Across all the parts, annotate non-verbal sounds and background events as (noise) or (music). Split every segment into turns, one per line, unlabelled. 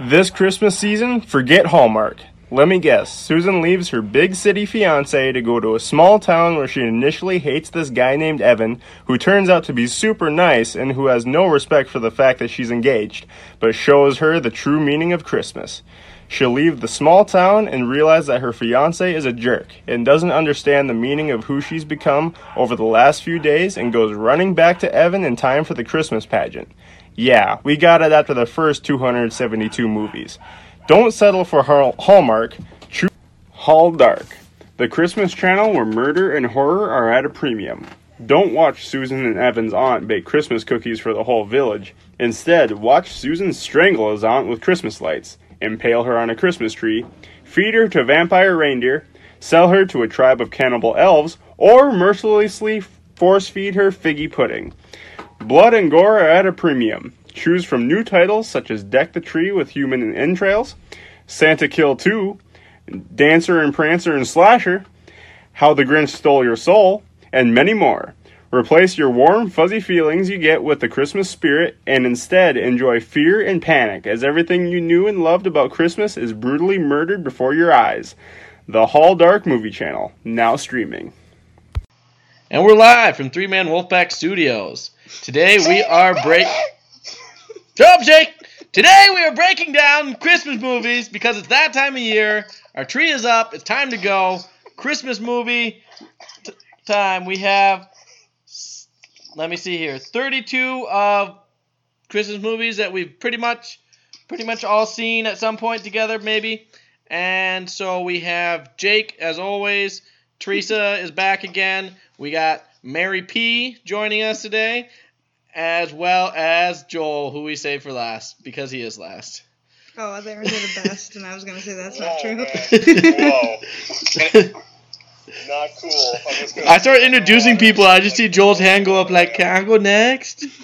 This Christmas season, forget Hallmark. Let me guess, Susan leaves her big city fiance to go to a small town where she initially hates this guy named Evan, who turns out to be super nice and who has no respect for the fact that she's engaged, but shows her the true meaning of Christmas. She'll leave the small town and realize that her fiance is a jerk and doesn't understand the meaning of who she's become over the last few days and goes running back to Evan in time for the Christmas pageant. Yeah, we got it after the first 272 movies. Don't settle for Hall- Hallmark. Choose Hall Dark, the Christmas channel where murder and horror are at a premium. Don't watch Susan and Evan's aunt bake Christmas cookies for the whole village. Instead, watch Susan strangle his aunt with Christmas lights, impale her on a Christmas tree, feed her to vampire reindeer, sell her to a tribe of cannibal elves, or mercilessly force feed her figgy pudding. Blood and gore are at a premium. Choose from new titles such as Deck the Tree with Human Entrails, Santa Kill 2, Dancer and Prancer and Slasher, How the Grinch Stole Your Soul, and many more. Replace your warm, fuzzy feelings you get with the Christmas spirit and instead enjoy fear and panic as everything you knew and loved about Christmas is brutally murdered before your eyes. The Hall Dark Movie Channel, now streaming.
And we're live from Three Man Wolfpack Studios. Today we are break. Shut up, Jake. Today we are breaking down Christmas movies because it's that time of year. Our tree is up. It's time to go. Christmas movie t- time. We have. s- Let me see here. Thirty-two of Christmas movies that we've pretty much, pretty much all seen at some point together, maybe. And so we have Jake as always. Teresa is back again. We got Mary P joining us today, as well as Joel, who we saved for last because he is (laughs) last.
Oh, I thought you were the best, and I was gonna say that's not
Whoa,
true.
Oh, man. Whoa. Not cool. I'm just gonna-
I start introducing people. I just see Joel's hand go up like, "Can I go next?" (laughs)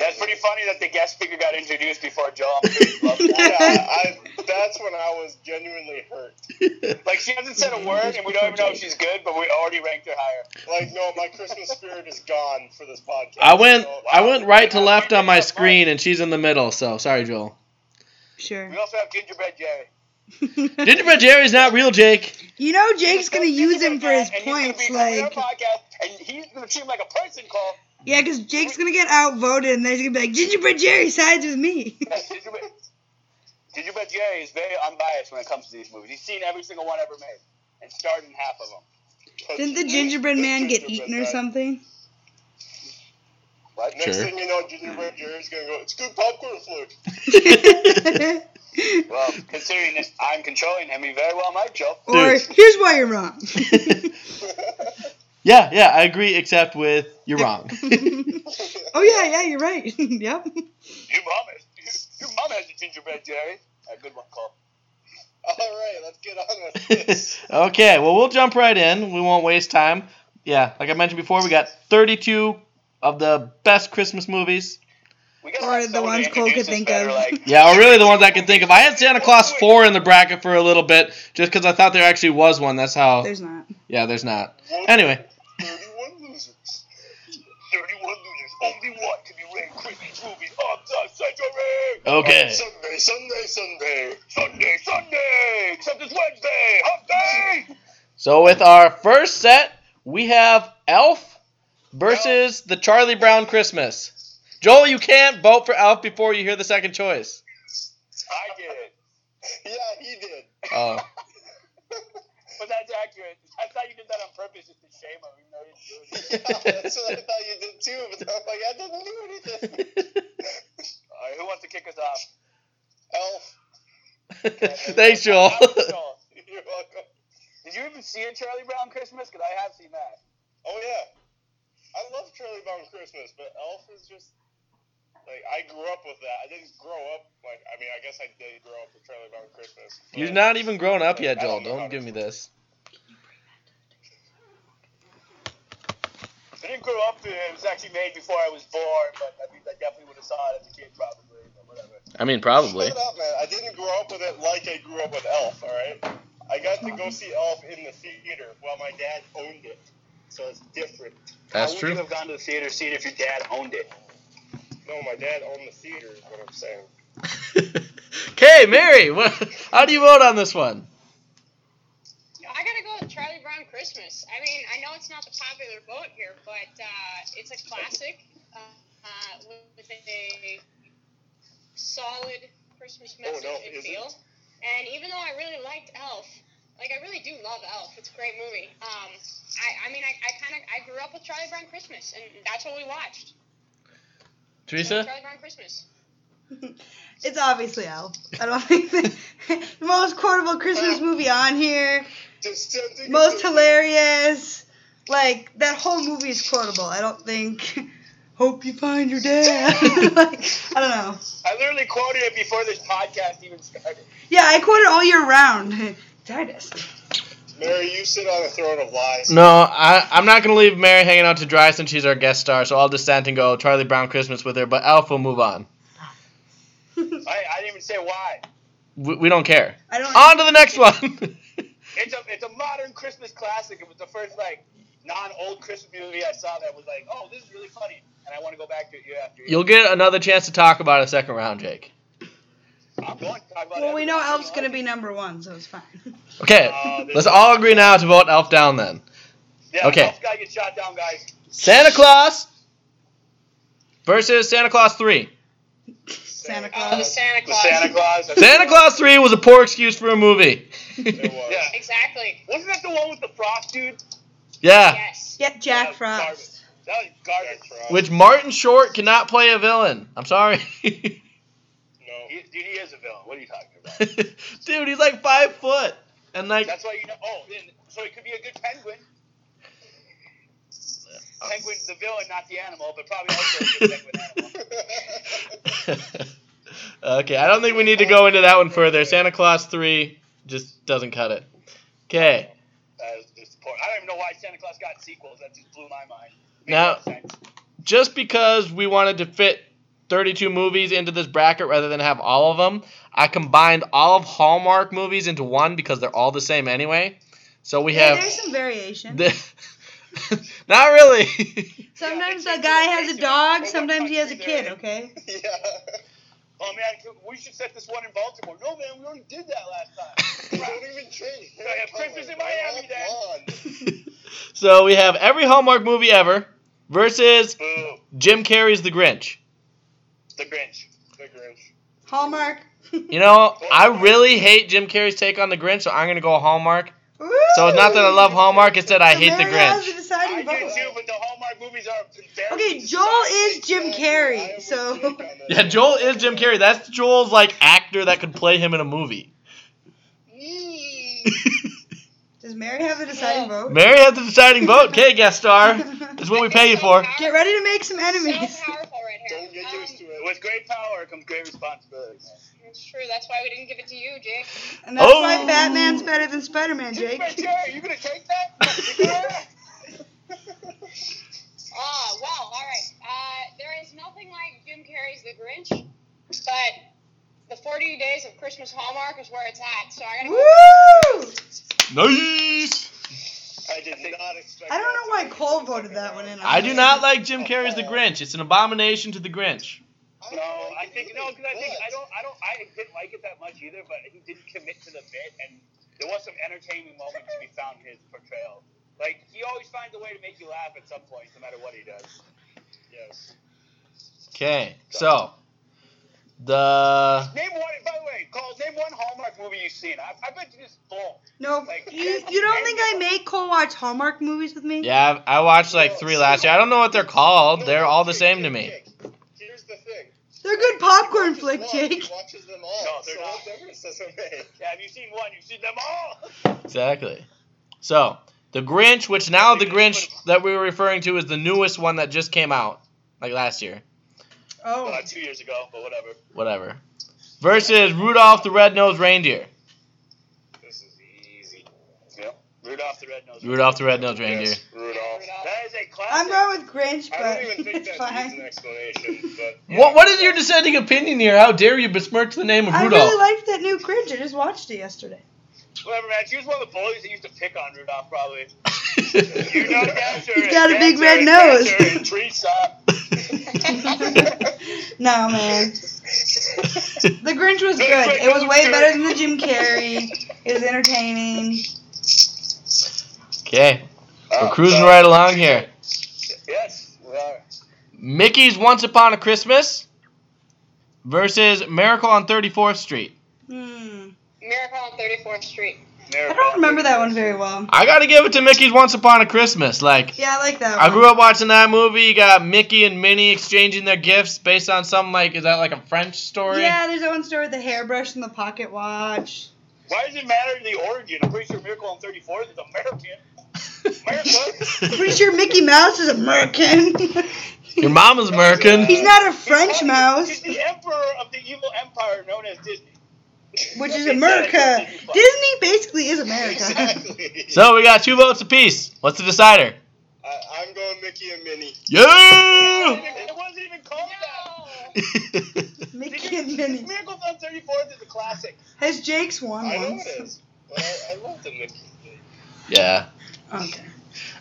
That's pretty funny that the guest speaker got introduced before Joel.
(laughs)
I'm pretty bummed. yeah, I, that's when I was genuinely hurt. Like she hasn't said a word, and we don't even know if she's good, but we already ranked her higher. Like no, my Christmas spirit is gone for this podcast.
I went,
So,
I went right to
we
left
have
on my
Gingerbread
screen, and she's in the middle. So sorry, Joel.
(laughs) Sure.
Mike. We also have Gingerbread Jerry.
(laughs)
Gingerbread Jerry's not real, Jake. (laughs)
You know Jake's gonna use him for his
And he's gonna be "Oh,
points,
coming on
like
our podcast, and he's gonna treat him like a person. Call
yeah, because Jake's gonna get outvoted, and then he's gonna be like, "Gingerbread Jerry sides with
(laughs)
me."
Gingerbread, Gingerbread Jerry is very unbiased when it comes to these movies. He's seen every single one ever made and starred in half of them.
Didn't the Gingerbread Man get eaten or
Gingerbread Man. (laughs)
something?
Like, Next
Sure.
thing you know, Gingerbread Jerry's gonna go, it's good popcorn flute. Well, considering this, I'm controlling him, he very well might, Joe.
or
Dude.
here's why you're wrong.
Yeah, yeah, I agree, except with you're wrong.
(laughs)
(laughs)
oh yeah, yeah, you're right. (laughs) yep.
Your mom (laughs) has, your mom has a Gingerbread Jerry. A good one, Cole. All right, let's get on with this.
(laughs) okay, well, we'll jump right in. We won't waste time. Yeah, like I mentioned before, we got 32 of the best Christmas movies.
We gotta
Or
have
the
someone
ones
to
Cole
introduce
could
us
think
that
of.
are Like,
Yeah, or really the ones I can think of. I had Santa Claus 4 in the bracket for a little bit just because I thought there actually was one. That's how.
There's not.
yeah, there's not. Anyway,
31 losers. 31 losers. Only one can be ranked Christmas movies of the century. Oh,
Okay.
Sunday, Sunday, Sunday. Sunday, Sunday. Except it's Wednesday. Hump day.
so with our first set, we have Elf versus the Charlie Brown Christmas. Joel, you can't vote for Elf before you hear the second choice.
I did. Yeah, he did.
Oh. (laughs)
But that's accurate. I thought you did that on purpose just to shame him. even though You know, didn't do (laughs) it.
That's what I
thought you did too, but I'm like, I didn't do anything. All right, who wants to kick us off? Elf.
(laughs) Thanks, Joel.
(laughs) You're welcome. Did you even see a Charlie Brown Christmas? Because I have seen that. Oh yeah, I love Charlie Brown Christmas, but Elf is just like I grew up with that. I didn't grow up like I mean I guess I did grow up with Charlie Brown Christmas.
You're not even grown up yet, Joel. Don't give me this.
I didn't grow up to it. It was actually made before I was born, but I mean I definitely would have saw it as a kid probably. But whatever.
I mean, probably. (laughs)
Shut up, man. I didn't grow up with it like I grew up with Elf, alright? I got to go see Elf in the theater while my dad owned it. So it's different.
That's
How
true.
would you have gone to the theater to see it if your dad owned it? No, my dad owned the theater, is what I'm saying.
okay, Mary, what, how do you vote on this one?
I gotta go with Charlie Brown Christmas. I mean, I know it's not the popular vote here, but uh, it's a classic uh, uh, with a solid Christmas
Oh, no,
message
is it?
and feel. And even though I really liked Elf, like I really do love Elf. It's a great movie. Um, I, I mean, I, I kind of I grew up with Charlie Brown Christmas, and that's what we watched. So
Teresa?
Charlie Brown Christmas.
It's obviously Elf. I don't (laughs) think the, the most quotable Christmas movie on here.
Just tempting.
Most hilarious. Like that whole movie is quotable. I don't think. (laughs) Hope you find your dad. (laughs) like I don't know.
I literally quoted it before this podcast even started.
Yeah, I quote it all year round. (laughs) Titus.
Mary, you sit on a throne of lies.
No, I, I'm not going to leave Mary hanging out to dry since she's our guest star, so I'll dissent and go Charlie Brown Christmas with her, but Elf will move on.
I, I didn't even say why.
We, we don't care.
(laughs) I don't.
On to the next one. (laughs)
It's a it's a modern Christmas classic. It was the first like non old Christmas movie I saw that was like, oh, this is really funny, and I want to go back to it year after year.
You'll get another chance to talk about it second round, Jake.
I'm going to talk about
well, we know
everything.
Elf's gonna be number one, so it's fine. (laughs)
Okay, let's all agree now to vote Elf down then.
Yeah,
okay.
Elf's gotta get shot down, guys.
Santa Claus versus Santa Claus 3.
Santa
The
Claus.
Oh, Santa
The
Claus.
Santa Claus. that's-
Santa Claus 3 was a poor excuse for a movie.
It was. Yeah.
Exactly.
Wasn't that the one with the frost dude?
yeah,
Yes.
Yeah, Jack Frost.
That was garbage.
which Martin Short cannot play a villain. I'm sorry. (laughs)
no. He, dude, he is a villain. What are you talking about?
(laughs) Dude, he's like five foot. And like, (laughs)
That's why you know. Oh, and, so he could be a good penguin. Penguin's the villain, not the animal, but probably also a good penguin
(laughs)
animal.
okay, I don't think we need to go into that one further. Santa Claus 3 just doesn't cut it. Okay,
That was just poor. I don't even know why Santa Claus got sequels. That just blew my mind. Makes
Now-
no sense.
just because we wanted to fit 32 movies into this bracket rather than have all of them, I combined all of Hallmark movies into one because they're all the same anyway. So we
Yeah,
have.
there's
(laughs)
some variation.
the- not really. (laughs)
sometimes
Yeah,
the guy has a
variation.
dog,
Well,
sometimes he has a
country they're
kid.
in.
Okay.
(laughs) Yeah. Oh man, we should set this one in Baltimore. No man, we already did that last time. Crap.
Don't even change.
I have Christmas in Miami, Dad.
Come on.
so we have every Hallmark movie ever versus
Boo.
Jim Carrey's The Grinch.
The Grinch. The Grinch.
Hallmark. (laughs)
You know, I really hate Jim Carrey's take on The Grinch, so I'm going to go Hallmark. So it's not that I love Hallmark, it's that I hate The
Mary has
Grinch.
deciding
I did
vote.
too, but the Hallmark movies are embarrassing.
Okay,
to
Joel
society.
is Jim Carrey, so
(laughs) Yeah, Joel is Jim Carrey. That's Joel's, like, actor that could play him in a (laughs) movie.
does Mary have a deciding vote?
Mary has the deciding vote. Okay, guest star.
(laughs)
It's what we pay you for.
Get ready to make some
So
enemies.
powerful right here. Um,
Don't get used to it.
With great power comes great responsibility. man.
It's true. That's why we didn't give it to you, Jake.
And that's
Oh.
why Batman's better than Spider Man, Jake. (laughs)
Jim Carrey, you gonna take that?
Ah, well, all right. Uh, there is nothing like Jim Carrey's The Grinch, but the 40 Days of Christmas Hallmark is where it's at. So I gotta
Woo!
go.
(laughs) Nice.
I did not expect.
I don't know why
that.
Cole voted that one in.
I do not like Jim Carrey's The Grinch. It's an abomination to The Grinch.
No, I think no, because I think I don't, I don't, I didn't like it that much either. But he didn't commit to the bit, and there was some entertaining moments to be found in his portrayal. Like he always finds a way to make you laugh at some point, no matter what he does. Yes.
Okay, so. The.
Name one. By the way, Cole, name one Hallmark movie you've seen. I, I bet you just full.
No, you, you don't think I make Cole watch Hallmark movies with me?
Yeah, I I watched like three last year. I don't know what they're called. Oh, They're all the same to me.
Here's the thing.
They're good popcorn flick,
One,
Jake.
He watches them all.
No, they're
so
not.
what difference does it make?
(laughs) Yeah, have you seen one? You've seen them all.
Exactly. So, The Grinch, which now The Grinch that we were referring to is the newest one that just came out, like last year,
Oh,
Uh, two years ago, but whatever.
whatever, versus Rudolph the Red-Nosed Reindeer.
This is easy. Yep. Rudolph the Red-Nosed
Rudolph the Red-Nosed Reindeer.
Yes, Rudolph. That is a classic.
I'm going with Grinch,
I
but
don't even
(laughs)
think
it's
that needs an
fine.
explanation, but
(laughs) What, what is your dissenting opinion here? How dare you besmirch the name of
I
Rudolph? (laughs)
really (laughs) liked that new Grinch. I just watched it yesterday.
Whatever, man. She was one of the bullies that used to pick on Rudolph, probably. You
(laughs)
know, dancer.
He's got a big
dancer,
red
and
nose.
(laughs)
dancer, and tree shop.
No, man. The Grinch was good. It was way better than the Jim Carrey. It was entertaining.
Okay,
Oh,
we're cruising
God.
right along here.
Yes, we are.
Mickey's Once Upon a Christmas versus Miracle on 34th Street.
Hmm.
Miracle on 34th Street.
I don't remember that one very well.
I gotta give it to Mickey's Once Upon a Christmas. Like,
Yeah, I like that one.
I grew up watching that movie. You got Mickey and Minnie exchanging their gifts based on some like is that like a French story?
Yeah, there's that one story with the hairbrush and the pocket watch.
Why does it matter the origin? I'm pretty sure Miracle on 34th is American.
(laughs)
America?
Pretty sure Mickey Mouse is
(laughs)
American.
Your mama's American.
He's not a French mouse,
He's the emperor of the evil empire known as Disney.
which is America. Disney basically is America.
Exactly.
So we got two votes apiece. What's the decider?
I, I'm going Mickey and
(laughs)
Minnie.
Yeah.
It wasn't even called that.
No!
Mickey and Minnie.
Miracle on 34th is a classic.
Has Jake's won
I know
once?
it is. But I, I love the Mickey.
(laughs) yeah.
Okay.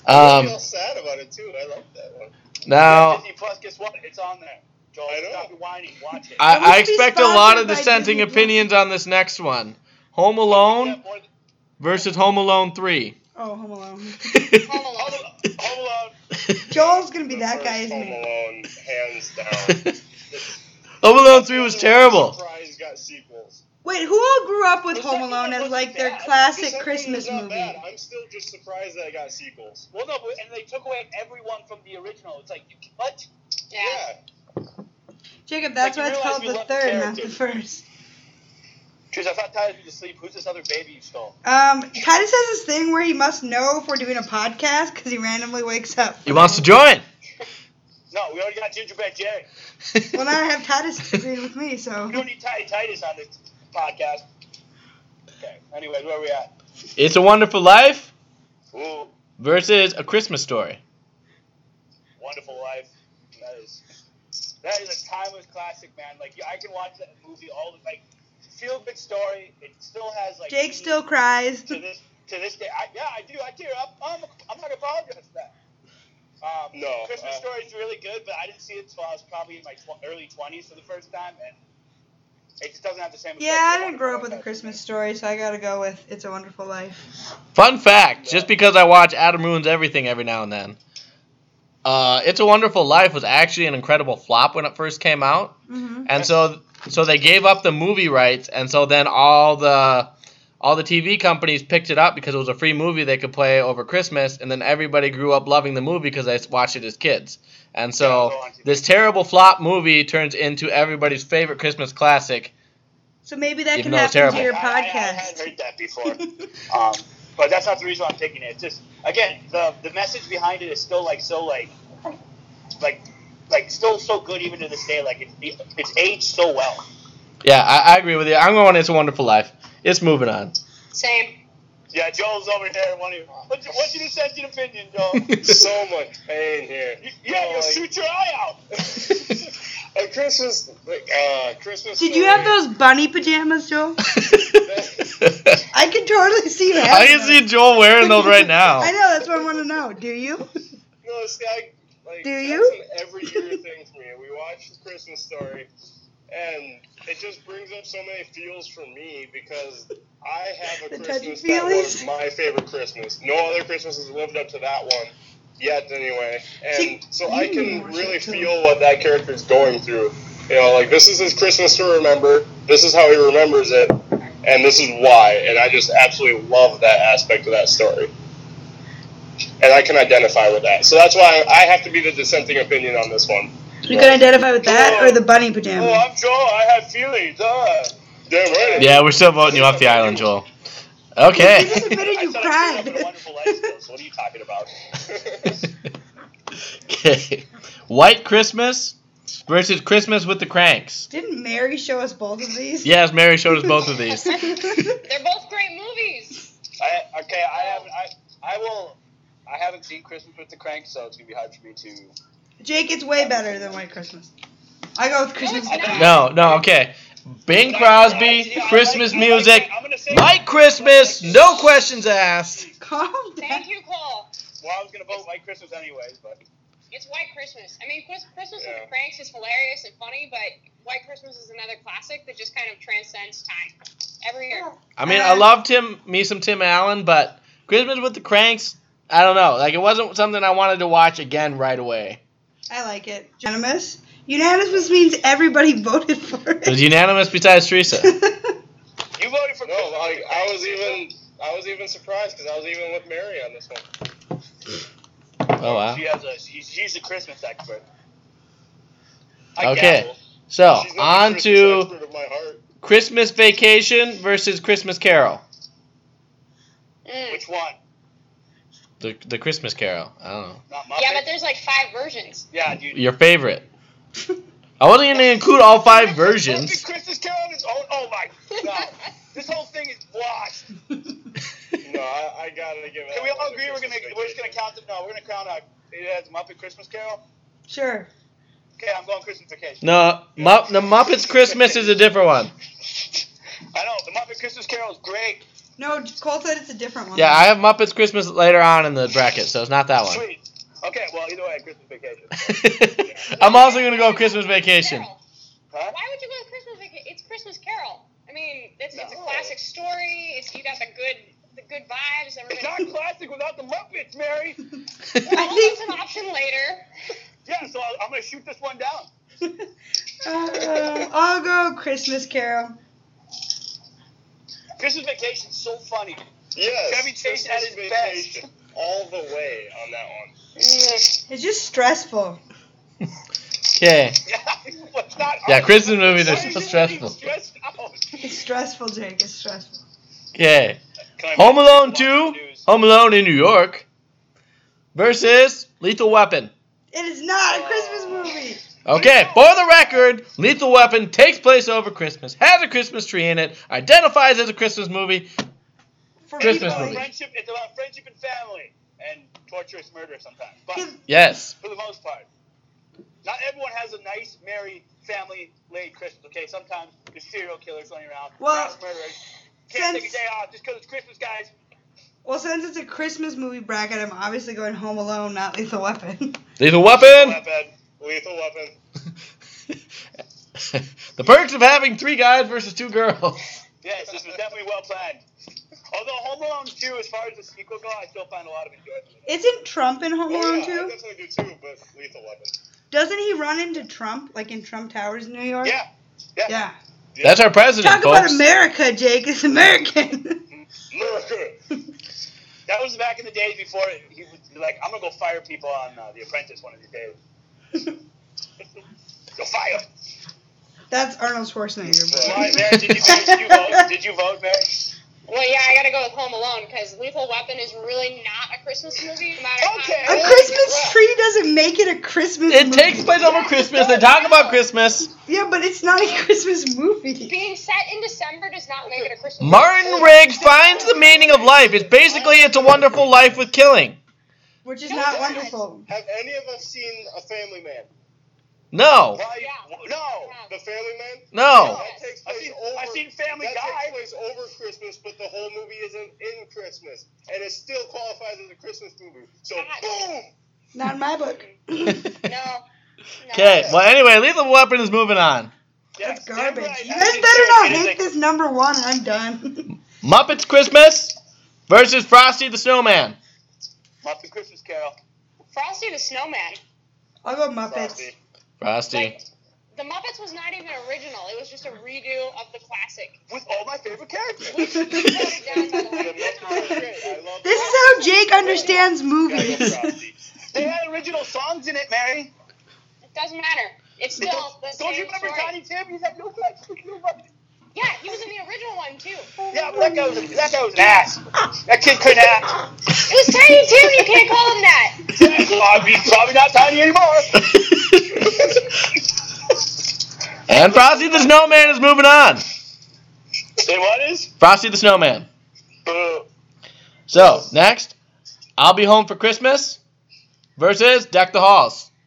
I
Um.
feel sad about it too. I love that one. Yeah,
Now
Disney Plus, guess what? It's on there. Joel, stop whining. Watch it.
It
(laughs) I, I
must be
expect a lot of
sponsored by
dissenting
Disney Plus.
opinions on this next one. Home
Yeah,
Alone
more than-
versus Home Alone Three.
Oh, Home Alone.
Home Alone.
Home Alone.
Joel's gonna be that
First
guy, isn't
Home
he?
Alone,
(laughs)
hands down.
Home Alone Three was terrible.
Surprise got sequels.
Wait, who all grew up with
The
Home
second
Alone
one
as
wasn't
like their
bad. The
classic
second one
Christmas
was not
movie?
bad. I'm still just surprised that I got sequels. Well, no, but and they took away everyone from the original. It's like you- what?
Yeah.
Jacob, that's
Like,
why
you
it's
realize
called
we
the
love the
third, not the
characters.
first.
Jeez, I thought Tyler was to sleep. Who's this other baby you stole?
Um, Titus has this thing where he must know if we're doing a podcast because he randomly wakes up.
He wants to join.
No, we already got Gingerbread Jerry.
Well, now I have Titus (laughs) agreeing with me, so.
We don't need Ty Titus on this podcast. Okay. Anyways, where are we at?
It's a Wonderful Life
Ooh,
versus A Christmas Story.
Wonderful Life. That is that is a timeless classic, man. Like I can watch that movie all the like. Feel good story. It still has like.
Jake still cries.
to this to this day. I, yeah, I do. I tear up. I'm, I'm not apologizing for that. Um,
No,
Christmas
uh,
Story is really good, but I didn't see it until I was probably in my tw- early twenties for the first time, and it just doesn't have the same. effect
Yeah,
as
I
Wonderful
didn't grow up with a
Life.
Christmas story, so I gotta go with It's a Wonderful Life.
Fun fact: just because I watch Adam ruins everything every now and then, uh, "It's a Wonderful Life" was actually an incredible flop when it first came out,
Mm-hmm.
and so so they gave up the movie rights, and so then all the all the TV companies picked it up because it was a free movie they could play over Christmas, and then everybody grew up loving the movie because they s- watched it as kids. And so this terrible flop movie turns into everybody's favorite Christmas classic.
So maybe that
Even
can
though it's
happen to
terrible.
your
I, I, I had
podcast.
heard that before, (laughs) um, but that's not the reason why I'm picking it. It's just again, the the message behind it is still like so like like like still so good even to this day. Like it, it's aged so well.
Yeah, I, I agree with you. I'm going. It's a Wonderful Life. It's moving on. (laughs)
Same.
Yeah, Joel's over there. One of your, what's, your, what's your dissenting opinion, Joel?
(laughs) so much pain here.
Yeah, you'll shoot your eye
(laughs)
out.
A Christmas, like, uh, Christmas.
(laughs) Did you have those bunny pajamas, Joel?
I
I can totally see that.
can see Joel wearing those right now.
I know, that's what I want to know. Do you?
No, see, I, like,
Do
that's
you?
an every year
(laughs)
thing for me. We watch the Christmas story, and it just brings up so many feels for me because I have
(laughs)
a
The
Christmas that
touchy-feelies.
was my favorite Christmas. No other Christmas has lived up to that one yet, anyway. And
See,
so I
you
can
watch
really
it, too.
feel what that character's going through. You know, like this is his Christmas to remember. This is how he remembers it, and this is why. And I just absolutely love that aspect of that story and I can identify with that. So that's why I have to be the dissenting opinion on this one.
You can identify with that or the bunny pajama?
Oh, I'm Joel. I have feelings. Uh.
Damn right.
Yeah, we're still voting you off the island, Joel.
You just
Okay.
admitted you
I thought I grew up in a
cried.
wonderful life skills. What are you talking about?
(laughs)
okay. White Christmas versus Christmas with the Cranks.
Didn't Mary show us both of these?
Yes, Mary showed us both of
(laughs)
these.
They're both great movies.
I, okay, I haven't. I, I will. I haven't seen Christmas with the Cranks, so it's gonna be hard for me to.
Jake, it's way better than White Christmas. I go with Christmas.
No, it's not.
No, no, okay. Bing Crosby, Christmas music.
I'm gonna say.
White Christmas, no questions asked.
(laughs) Calm down.
Thank you, Cole.
Well, I was gonna vote White Christmas anyways, but
It's White Christmas. I mean, Chris, Christmas
Yeah.
with the Cranks is hilarious and funny, but White Christmas is another classic that just kind of transcends time every year.
I mean, I love Tim, me some Tim Allen, but Christmas with the Cranks, I don't know. Like, it wasn't something I wanted to watch again right away.
I like it. Unanimous. Unanimous means everybody (laughs) voted for
It was
it.
unanimous besides Teresa.
You voted for
No,
Christmas.
like I was even I was even surprised because I was even with Mary on this one.
Oh, wow.
She has a. She's, she's a Christmas expert.
Okay.
dabble.
So,
She's not
on
the Christmas
to
expert of my heart.
Christmas Vacation versus Christmas Carol.
Mm.
Which one?
The, the Christmas Carol. I don't know.
Not my.
Yeah,
favorite.
but there's like five versions.
(laughs) yeah, dude.
Your favorite. I wasn't going to include all five
Fucking
versions. (laughs)
Christmas Carol is oh, oh my god. this whole thing is washed.
No, I, I gotta give it.
Can we
up
all
to
agree we're gonna
Christmas
we're just gonna
Vacation.
count them? No, we're gonna count our it has Muppet Christmas Carol.
(laughs) sure.
Okay, I'm going Christmas Vacation.
No, Mu- the Muppets Christmas is a different one.
(laughs) I know the Muppet Christmas Carol is great.
No, Cole said it's a different one.
Yeah, I have Muppets Christmas later on in the bracket, so it's not that one. (laughs)
Sweet. Okay, well either way, Christmas Vacation.
I'm also gonna go Christmas Vacation. (laughs)
Carol.
Huh?
Why would you go to Christmas Vacation? It's Christmas Carol. I mean, it's, it's a
No.
classic story. It's you got the good the good vibes.
It's
Everything.
not classic without the Muppets,
I
Mary.
(laughs) Well,
think-
that's an option later.
Yeah, so I'll, I'm gonna shoot this one down.
(laughs) Uh, I'll go Christmas Carol.
Christmas Vacation's so funny.
Yes.
Chevy Chase at
Christmas
his best.
Vacation all the way on that one.
It's just stressful.
Okay.
(laughs) Yeah, it's not
Yeah, Christmas movies
Why
are
are you
so
being
stressful.
stressed out?
It's stressful, Jake. It's stressful.
Okay.
Can I
Home
make
Alone
one
2,
news?
Home Alone in New York versus Lethal Weapon.
It is not a Christmas movie.
Okay, for the record, Lethal Weapon takes place over Christmas, has a Christmas tree in it, identifies as a Christmas movie.
For
Christmas
about
people,
movie.
Friendship, it's about friendship and family and torturous murder sometimes. But
Can-
Yes.
for the most part, not everyone has a nice, merry, family laid Christmas, okay? Sometimes there's serial killers running around,
Well,
mass murderers. Can't take a
since-
day off just because it's Christmas, guys.
Well, since it's a Christmas movie bracket, I'm obviously going Home Alone, not Lethal Weapon. (laughs)
Lethal Weapon!
Weapon. Lethal weapon.
(laughs) the perks of having three guys versus two girls.
Yes, this was definitely well planned. Although Home Alone 2, as far as the sequel go, I still find a lot of enjoyment. in it.
Isn't Trump in Home
Oh,
Alone
yeah, I
too?
definitely do too, but lethal weapon.
Doesn't he run into Trump like in Trump Towers, New York?
Yeah, yeah.
Yeah.
(laughs) That's our president,
Talk
folks.
about America, Jake. It's American. (laughs)
America.
That was back in the days before he was like, I'm gonna go fire people on uh, The Apprentice one of these days.
(laughs)
go fire. 'em.
That's Arnold Schwarzenegger.
Why,
But...
Mary, did, you, did you vote? Did you vote, Mary?
Well, yeah, I gotta go with Home Alone because Lethal Weapon is really not a Christmas movie. No matter how-
Okay.
A Christmas tree doesn't make it a Christmas
It
movie.
takes place over Christmas. They talk about Christmas.
Yeah, but it's not a (laughs) Christmas movie.
Being set in December does not make it a Christmas movie.
Martin Riggs finds the meaning of life. It's basically It's a Wonderful Life with killing.
Which is not wonderful.
Have any of us seen a Family Man?
No,
Why?
Yeah.
No.
The Family Man?
no. (laughs)
That takes
I
place
seen,
over.
I seen Family
that
Guy.
takes place over Christmas, but the whole movie isn't in Christmas, and it still qualifies as a Christmas movie. So boom.
Not in my book. (laughs)
No. No.
Okay. Well, anyway, Lethal Weapon is moving on.
That's
Yeah,
garbage.
remember I-
You
I
guys
didn't
better
care
not
anything.
make this number one. and I'm done. (laughs)
Muppets Christmas versus Frosty the Snowman.
Muppet Christmas Carol.
Frosty the Snowman.
I'll go Muppets.
Frosty.
Frosty. (laughs)
Like, the Muppets was not even original. It was just a redo of the classic. (laughs)
With all my favorite characters.
Watered down by the
The
(laughs)
Muppets are great. I love
This is how Jake understands movies.
Frosty.
They had original songs in it, Mary.
It doesn't matter. It's still
Don't,
the
don't
same
you remember
story.
Johnny Tim? He's had no friends.
Yeah, he was in the original one too.
Yeah, but that guy was a, that guy was an ass. That kid couldn't (laughs) act.
It was Tiny Tim. You can't call him that.
Well, he's probably not tiny anymore.
and Frosty the Snowman is moving on.
And what is?
Frosty the Snowman.
Uh,
So next, I'll be home for Christmas versus Deck the Halls.
(laughs)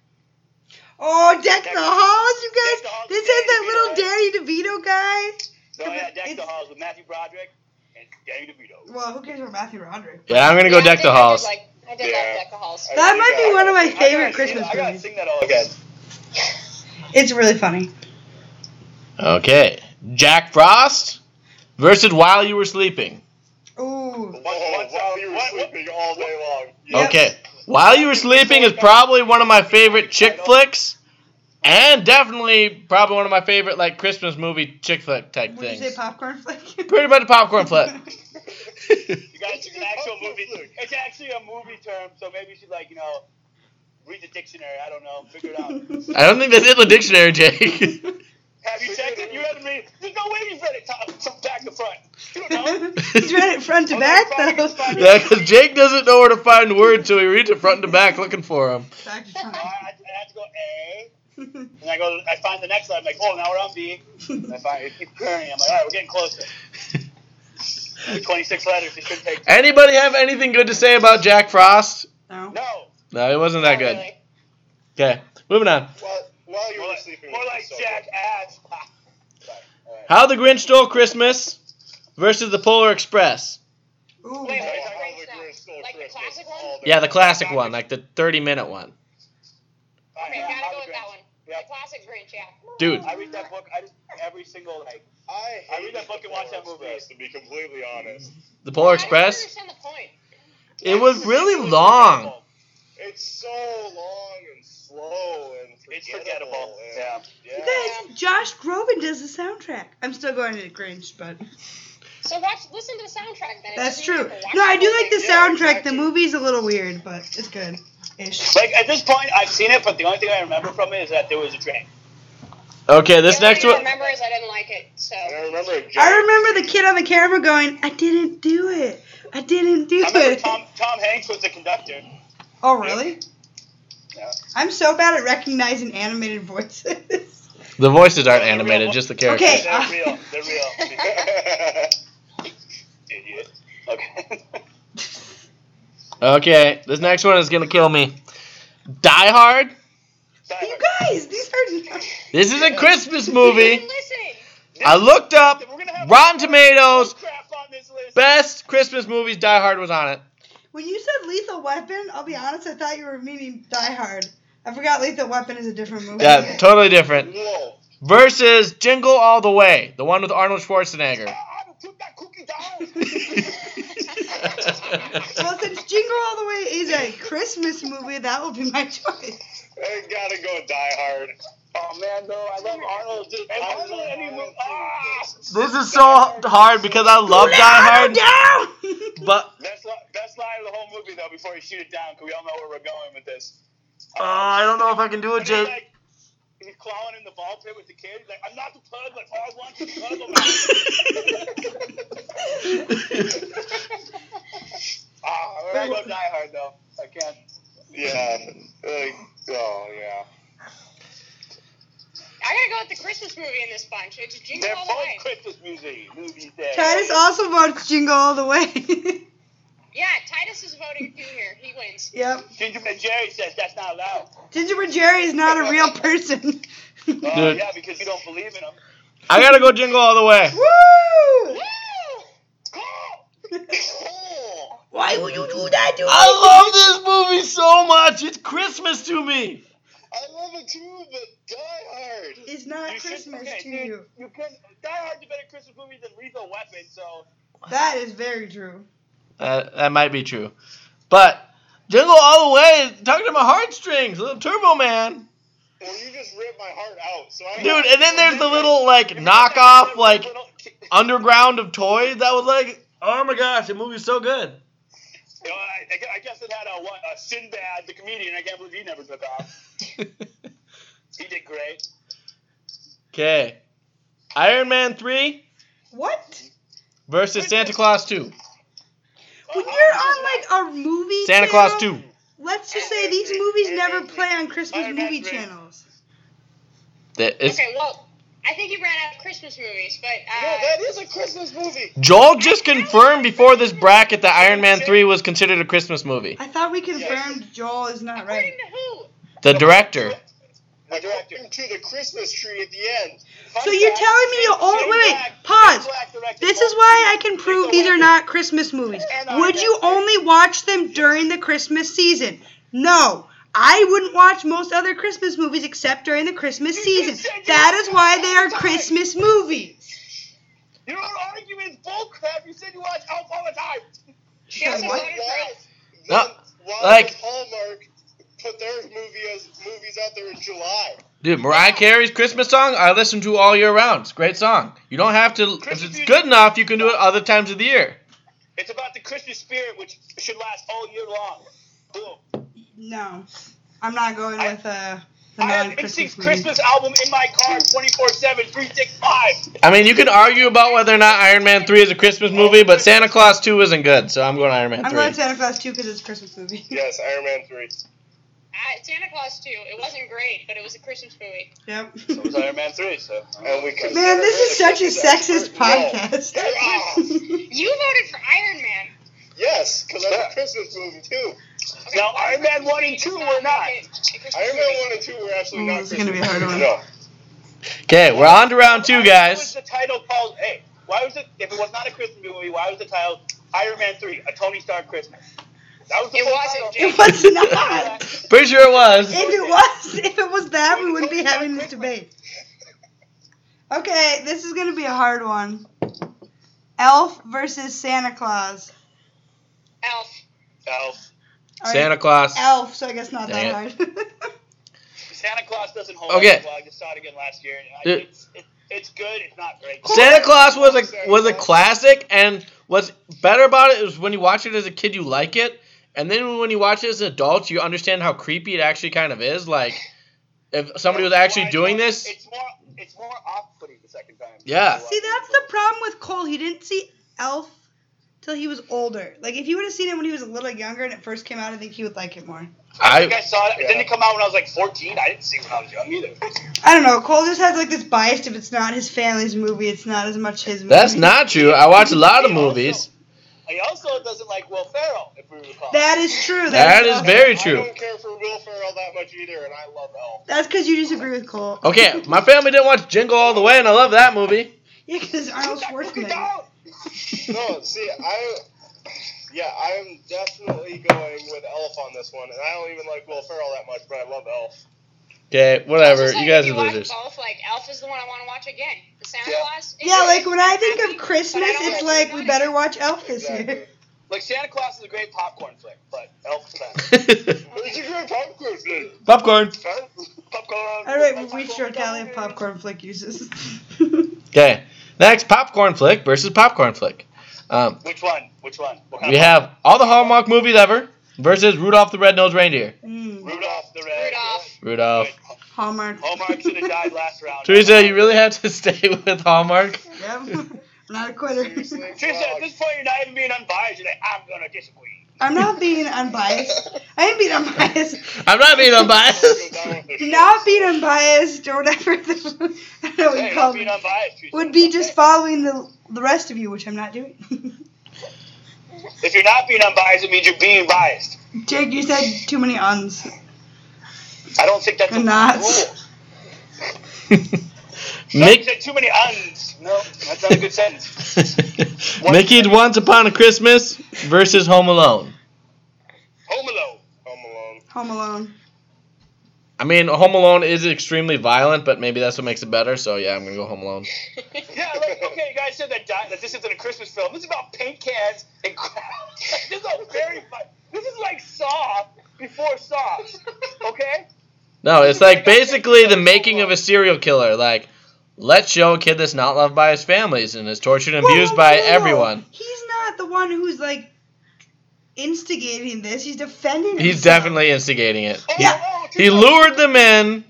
Oh, Deck the
Deck-
Halls, you
Deck the
guys.
Halls,
This is
Danny
that little Danny DeVito guy.
so yeah, Deck the
It's-
Halls with Matthew Broderick and Danny DeVito.
Well, who cares about Matthew Roderick?
Yeah, I'm (laughs) gonna go
Yeah, I
Deck
think
the
I did
Halls.
Like I did
Yeah.
love Deck of Halls. (laughs)
I
That
really
might be
gotta-
one of my
I gotta
favorite
sing-
Christmas
I gotta
movies.
sing that all again.
It's really funny.
Okay. Jack Frost versus While You Were Sleeping.
Ooh.
Once, once while you were sleeping all day long.
Yep.
Okay. While You Were Sleeping is probably one of my favorite chick flicks. And definitely probably one of my favorite like Christmas movie chick flick type
Would you say
things.
popcorn flick?
Pretty much a popcorn flick.
(laughs)
You guys, it's an actual movie.
Look.
It's actually a movie term, so maybe you should like you know read the dictionary. I don't know, figure it
(laughs)
out.
I don't think that's in the dictionary, Jake. (laughs)
Have you checked it? You haven't read. There's no way you've read it top, from back to front. You
(laughs)
don't
(laughs)
know.
He's read it front to back though.
yeah, because Jake doesn't know where to find words, so he reads it front and back looking for them.
Back to
I,
front.
I I have to go
(laughs)
A, and I go. I find the next line. I'm like, oh, now we're on B. And I find it keep turning. I'm like, all right, we're getting
(laughs)
closer. There's 26 letters. It shouldn't take.
Anybody have anything good to say about Jack Frost?
No.
No.
No, it wasn't that
Not
good.
really.
Okay, moving on.
While, while you
More
were
like,
sleeping.
more
was
like
so
Jack
good.
ass.
How the Grinch Stole Christmas versus the Polar Express.
Ooh.
Wait,
Right,
wait.
I
Like
love
the-
Grinch Stole
like the
Christmas
classic one?
all day
Yeah, the
long.
classic one, like the 30 minute one.
Okay,
Yeah,
gotta
I'm
go
a
with that
Grinch.
one.
Yep.
The classic Grinch, yeah.
Dude.
I read that book. I just every single like.
I,
I read
hate
that book and
Polar
watch that movie.
Express, To be completely honest,
The Polar
I don't
Express?
understand the point.
It was really long.
it's so long and slow and forgettable.
It's forgettable.
and-
Yeah.
yeah.
Guys, Josh Groban does the soundtrack. I'm still going to the Grinch, but
So watch, listen to the soundtrack then. It's
that's
easier
true.
to watch
No, I
the
do
whole
like the
thing.
Yeah,
soundtrack. The
exactly.
movie's a little weird, but it's good. Ish.
Like at this point, I've seen it, but the only thing I remember from it is that there was a train.
Okay, this
the only
next
thing I
one.
remember is I didn't like it. So
And I remember. Jack,
I remember the kid on the camera going, "I didn't do it. I didn't do
I remember
it."
Tom Tom Hanks was the conductor.
Oh, really?
Yeah.
I'm so bad at recognizing animated voices. (laughs)
The voices aren't animated, just the characters.
Okay.
They're real. They're
(laughs)
real. Idiot. Okay.
Okay, this next one is gonna kill me. Die Hard?
you guys, these are not-
This is a Christmas
You
movie.
didn't listen.
I looked up
We're gonna have
Rotten Tomatoes,
crap on this list.
best Christmas movies, Die Hard was on it.
When you said Lethal Weapon, I'll be honest, I thought you were meaning Die Hard. I forgot Lethal Weapon is a different movie.
Yeah, totally different.
Whoa.
Versus Jingle All the Way, the one with Arnold
(laughs)
(laughs)
Schwarzenegger.
I will put that cookie down.
(laughs)
well, since Jingle All the Way is a Christmas movie, that will be my choice.
I gotta go Die Hard.
oh man, though I love Arnold. Just
I
Arnold
love
any
Arnold.
movie. Ah!
this is so hard because I love (laughs) Die Hard,
Down!
but
Best, li- best line of the whole movie though. Before you shoot it down, because we all know where we're going with this. Um,
uh, I don't know if I can do it,
(laughs)
And he's
Jake.
like, he's clawing in the ball pit with the kid. He's like, I'm not the plug, but all I want is the plug. over there." (laughs) ah, I love Die Hard though. I can't.
Yeah. Like, oh yeah.
I gotta go with the Christmas movie in this bunch. It's Jingle
They're
All the
both
Way.
Christmas music movies. There.
Titus also votes Jingle All the Way. (laughs)
Yeah, Titus is voting too here. He wins.
yep.
Gingerbread Jerry says that's not allowed.
Gingerbread Jerry is not a real person. (laughs)
Oh
Dude.
yeah, because you don't believe in him.
I gotta go Jingle All the Way.
Woo!
Cool.
Oh,
Cool.
Why would you do that to me?
I love this movie so much. It's Christmas to me.
I love it too, but Die Hard.
It's not
You should-
Christmas
okay,
to
dude,
you.
You can Die Hard's a better Christmas movie than Lethal Weapon, so
That is very true.
That, Uh, that might be true. But Jingle All the Way is talking to my heartstrings, little Turbo Man.
Well, you just ripped my heart out. So I
Dude, and then there's
(laughs)
the little, like, knockoff, like, uh, underground of toys that was like, oh my gosh, the movie's so good.
You know, I, I gu- I guess it had a, what, a Sinbad, the comedian. I can't believe he never took off. He did great.
Okay. Iron Man 3
What?
versus Santa Claus 2.
When
Uh,
you're on like a movie
Santa Claus 2.
channel, Let's just say these movies never play on Christmas movie channels.
That- It's,
Okay, well, I think you ran out of Christmas movies, but uh,
No, that is a Christmas movie.
Joel just confirmed before this bracket that Iron Man 3 was considered a Christmas movie.
I thought we confirmed Joel is not
according
right.
to who?
The director.
The director to the Christmas tree at the end.
So you're telling me you
Shane
all wait, wait,
Black- Shane
pause.
Black back to
This is why I can prove these are not Christmas movies. Would you only watch them during the Christmas season? No. I wouldn't watch most other Christmas movies except during the Christmas season. That is why they are Christmas movies.
You know what argument is bullcrap? You said you watch Elf all the time.
She also
What?
voted for Elf.
No,
why
like-
does Hallmark put their movie as, movies out there in July?
Dude, Mariah Carey's Christmas song I listen to all year round. It's a great song. You don't have to if it's good enough, you can do it other times of the year.
It's about the Christmas spirit, which should last all year long. Boom.
No. I'm not going with uh, the
I have
non
NSYNC's
Christmas
Christmas album in my car 24 7, 365.
I mean, you can argue about whether or not Iron Man 3 is a Christmas movie, but Santa Claus 2 isn't good, so I'm going Iron Man
I'm going to
3.
Santa Claus 2 because it's a Christmas movie.
Yes, Iron Man 3.
Uh, Santa Claus 2. It wasn't great, but it was a Christmas movie.
(laughs) Yep.
It was Iron Man 3, so.
And we can
Man, this is such a sexist podcast.
You voted for Iron Man.
Yes, because that's a Christmas movie too.
Okay,
Now, Iron Man 1 and 2 were not.
Okay, Christmas
Iron Man
movie.
1 and 2 were absolutely
Ooh,
not
this is
Christmas
gonna be a hard
movies
one.
at all.
Okay, we're on to round
Why
2,
Was
guys.
(laughs) the title called? Hey, why was it? If it was not a Christmas movie, why was the title Iron Man Three: A Tony Stark Christmas? That was the
It
full
wasn't,
title.
(laughs) It was not.
Pretty sure it was.
If it was, if it was that, we wouldn't be having this debate. Okay, this is gonna be a hard one. Elf versus Santa Claus.
Elf.
No,
Alright,
Santa Claus.
Elf, so I guess not that
Dang
hard. (laughs)
Santa Claus doesn't hold
Okay.
up. Well, I just saw it again last year, and I,
Dude.
it's, it, it's good. It's not great.
Santa Claus was a was a classic, and what's better about it is when you watch it as a kid, you like it, and then when you watch it as an adult, you understand how creepy it actually kind of is. Like, if somebody was actually doing this,
It's more. It's more off-putting the second time.
Yeah.
see, that's the problem with Cole. He didn't see Elf till he was older. Like, if you would have seen it when he was a little younger and it first came out, I think he would like it more.
I think I
I
saw it. It
Yeah.
didn't come out when I was like 14. I didn't see it when I was young either.
I don't know. Cole just has like this bias. If it's not his family's movie, it's not as much his movie.
that's not true. I watch a lot of movies.
He also doesn't like Will Ferrell, if we recall.
That is true.
That is
awful.
very true.
I don't care for Will Ferrell that much either, and I love Elf.
That's because you disagree with Cole.
Okay, my family didn't watch Jingle All the Way, and I love that movie.
Yeah, because Arnold Schwarzenegger.
Down.
No, see, I. Yeah, I'm definitely going with Elf on this one, and I don't even like Will Ferrell that much, but I love Elf.
Okay, whatever.
Just like
You guys
if
are
watch
losers.
Both, like Elf is the one I want to watch again. The Santa
Yeah.
Claus. is
Yeah,
good,
like when I
it's
think
happy,
of
but I
Christmas,
don't
it's
really
like
want
we
it.
better watch Elf this (laughs)
Exactly.
year.
Like Santa Claus is a great popcorn flick, but Elf's better.
(laughs)
It's a great popcorn thing.
Popcorn.
Huh? Popcorn.
All right, we've reached our tally of popcorn flick uses. Wait,
Okay, next popcorn flick versus popcorn flick. Um,
Which one? Which one? What kind
we
of-
have all the Hallmark movies ever versus Rudolph the Red-Nosed Reindeer.
Rudolph the Red.
Rudolph.
Rudolph.
Mm. Hallmark.
Hallmark should have died last
(laughs)
round.
Teresa, you really have to (laughs) stay with Hallmark.
(laughs) Yep. I'm not a quitter.
Seriously,
Teresa, at
fuck.
this point, you're not even being unbiased. You're like, I'm gonna disagree.
(laughs) I'm not being unbiased. I am being unbiased.
I'm not being unbiased.
(laughs)
Not being unbiased or whatever. The, (laughs) I don't know what
Hey,
you call
not being
it.
unbiased. Teresa.
Would be just
Okay.
following the the rest of you, which I'm not doing. (laughs)
If you're not being unbiased, it means you're being biased.
Jake, you said too many uns.
I don't think that's a
And knots.
rule. You
Mick-
(laughs) said too many uns. No, that's not a good sentence.
Mickey's Once Upon a Christmas versus Home Alone.
Home Alone.
Home Alone.
Home Alone.
I mean, Home Alone is extremely violent, but maybe that's what makes it better. So yeah, I'm gonna go Home Alone.
Yeah, like, okay, you guys said that, di- that this isn't a Christmas film. This is about paint cans and crap. (laughs) this is a very fun. This is like Saw before Saw. Okay?
No, it's like basically the making of a serial killer. Like, let's show a kid that's not loved by his families and is tortured and
Whoa,
abused
whoa,
by
whoa, whoa.
everyone.
He's not the one who's like instigating this. He's defending.
He's
himself.
definitely instigating it.
Oh,
Yeah.
oh,
He
Teresa,
lured them in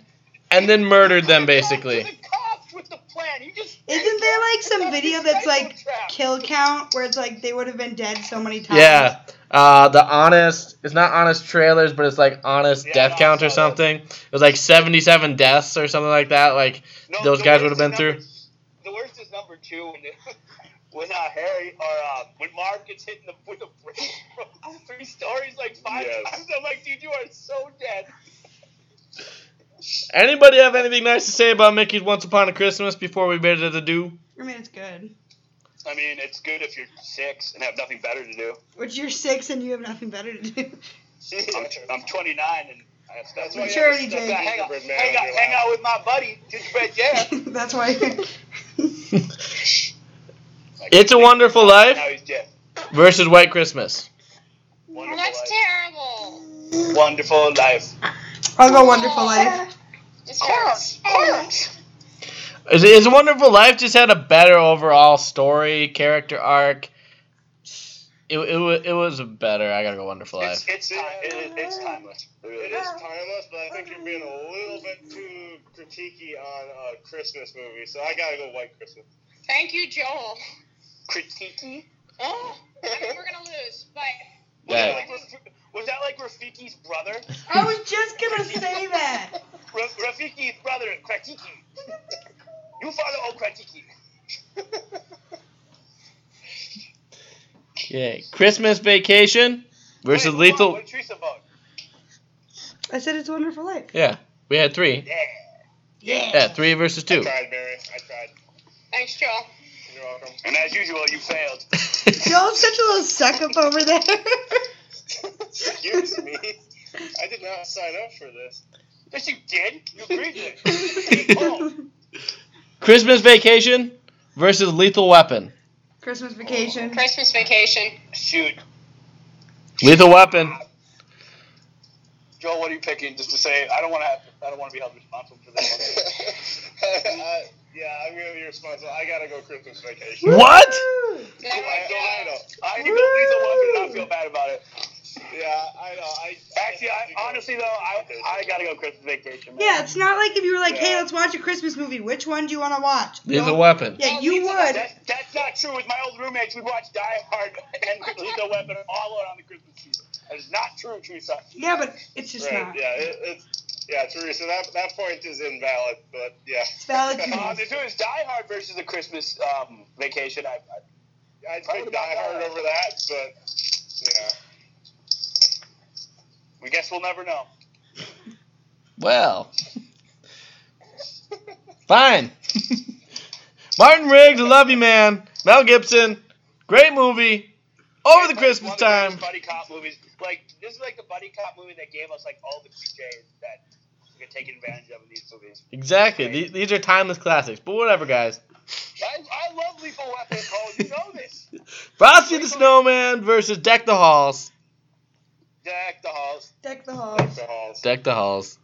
and then murdered them,
The
basically.
cops with the plan. You just
Isn't there like some
That's
video
the
that's
psycho
like
trap.
kill count where it's like they would have been dead so many times?
Yeah. Uh, the honest, it's not honest trailers, but it's like honest
Yeah,
death
I
count or
saw that.
something. It was like 77 deaths or something like that. Like,
No,
those
the
guys would have
worst
been
is
through.
number- The worst is number two when (laughs) when uh, Harry or uh, when Marv gets hit in the with a brick (laughs) from three stories like five
Yes.
times. I'm like, dude, you are so dead.
Anybody
(laughs)
have anything nice to say about Mickey's Once Upon a Christmas before we bid it adieu?
I mean, it's good.
I mean, it's good if you're six and have nothing better to do.
Which you're six and you have nothing better to do. (laughs)
I'm, I'm 29 and I have stuff.
That's why Maturity, you have to step Jake. back.
hang, out,
Gingerbread man
hang,
on
out,
your
hang
lap.
out with my buddy, Gingerbread Jeff.
That's why. (laughs)
It's a Wonderful Life
now he's Jeff.
versus White Christmas.
Well,
Wonderful
that's
life.
terrible.
Wonderful life.
I'll go Wonderful Life.
This hurts.
Is, is a Wonderful Life just had a better overall story, character arc? It, it, wa- it was better. I gotta go Wonderful
It's,
Life.
it's, time, it, is- it's timeless. It really
It
is.
is timeless, but I think you're being a little bit too critiquey on a Christmas movie, so I gotta go White Christmas.
Thank you, Joel.
Critique.
Oh, I mean, we're gonna lose, but
Was that, like
Yeah.
Raf- was that like Rafiki's brother?
I was just gonna say that.
Raf- Rafiki's brother, Kratiki. You follow old Kratiki. (laughs)
Okay. Christmas Vacation versus
Wait,
Lethal.
What did Teresa vote?
I said it's Wonderful Life.
Yeah, we had three.
Yeah.
Yeah, three versus
I
two.
tried, Barry. I tried.
thanks, Joel.
You're welcome.
And as usual, you failed.
Joel's such a little suck up over there. (laughs)
Excuse me. I did not sign up for this.
Yes, you did. You agreed to it. Oh,
(laughs) Christmas Vacation versus Lethal Weapon.
Christmas vacation.
Christmas vacation.
shoot.
Lethal Weapon.
Joel, what are you picking? Just to say, I don't want to have. I don't want to be held responsible for this. one.
(laughs) I, Uh, yeah, I'm gonna be responsible. I gotta go Christmas vacation.
What?
There
I,
we
I know.
go.
I need to read the one and not feel bad about it.
Yeah, I know. I
Actually, I, honestly though, I I gotta go Christmas vacation. man.
Yeah, it's not like if you were like, hey, let's watch a Christmas movie. Which one do you want to watch?
Lethal
No.
Weapon.
Yeah, you would.
That, that's not true. With my old roommates, we watched Die Hard and (laughs) Lethal Weapon all around the Christmas season. That is not true, Teresa.
Yeah, but it's just
Right,
not.
yeah, it, it's yeah, Teresa. That that point is invalid, but yeah,
It's valid
(laughs)
to
Uh,
me.
they're doing Die Hard versus the Christmas um, vacation. I, I,
I'd
Right
pick Die
about
Hard
that.
over that, but yeah.
we guess we'll never know.
Well.
(laughs)
Fine. (laughs) Martin Riggs, I love you, man. Mel Gibson, great movie. Over the
It's like
Christmas
one of the greatest
time.
buddy cop movies. Like this is like the buddy cop movie that gave us like all the cliches that we could take advantage of in these movies.
Exactly. The- These are timeless classics. But whatever, guys.
I, I love Lethal Weapon, Cole. You know this. (laughs)
Frosty the Snowman versus Deck the Halls.
Jack the Halls.
Deck the halls.
The halls.
Deck the Halls.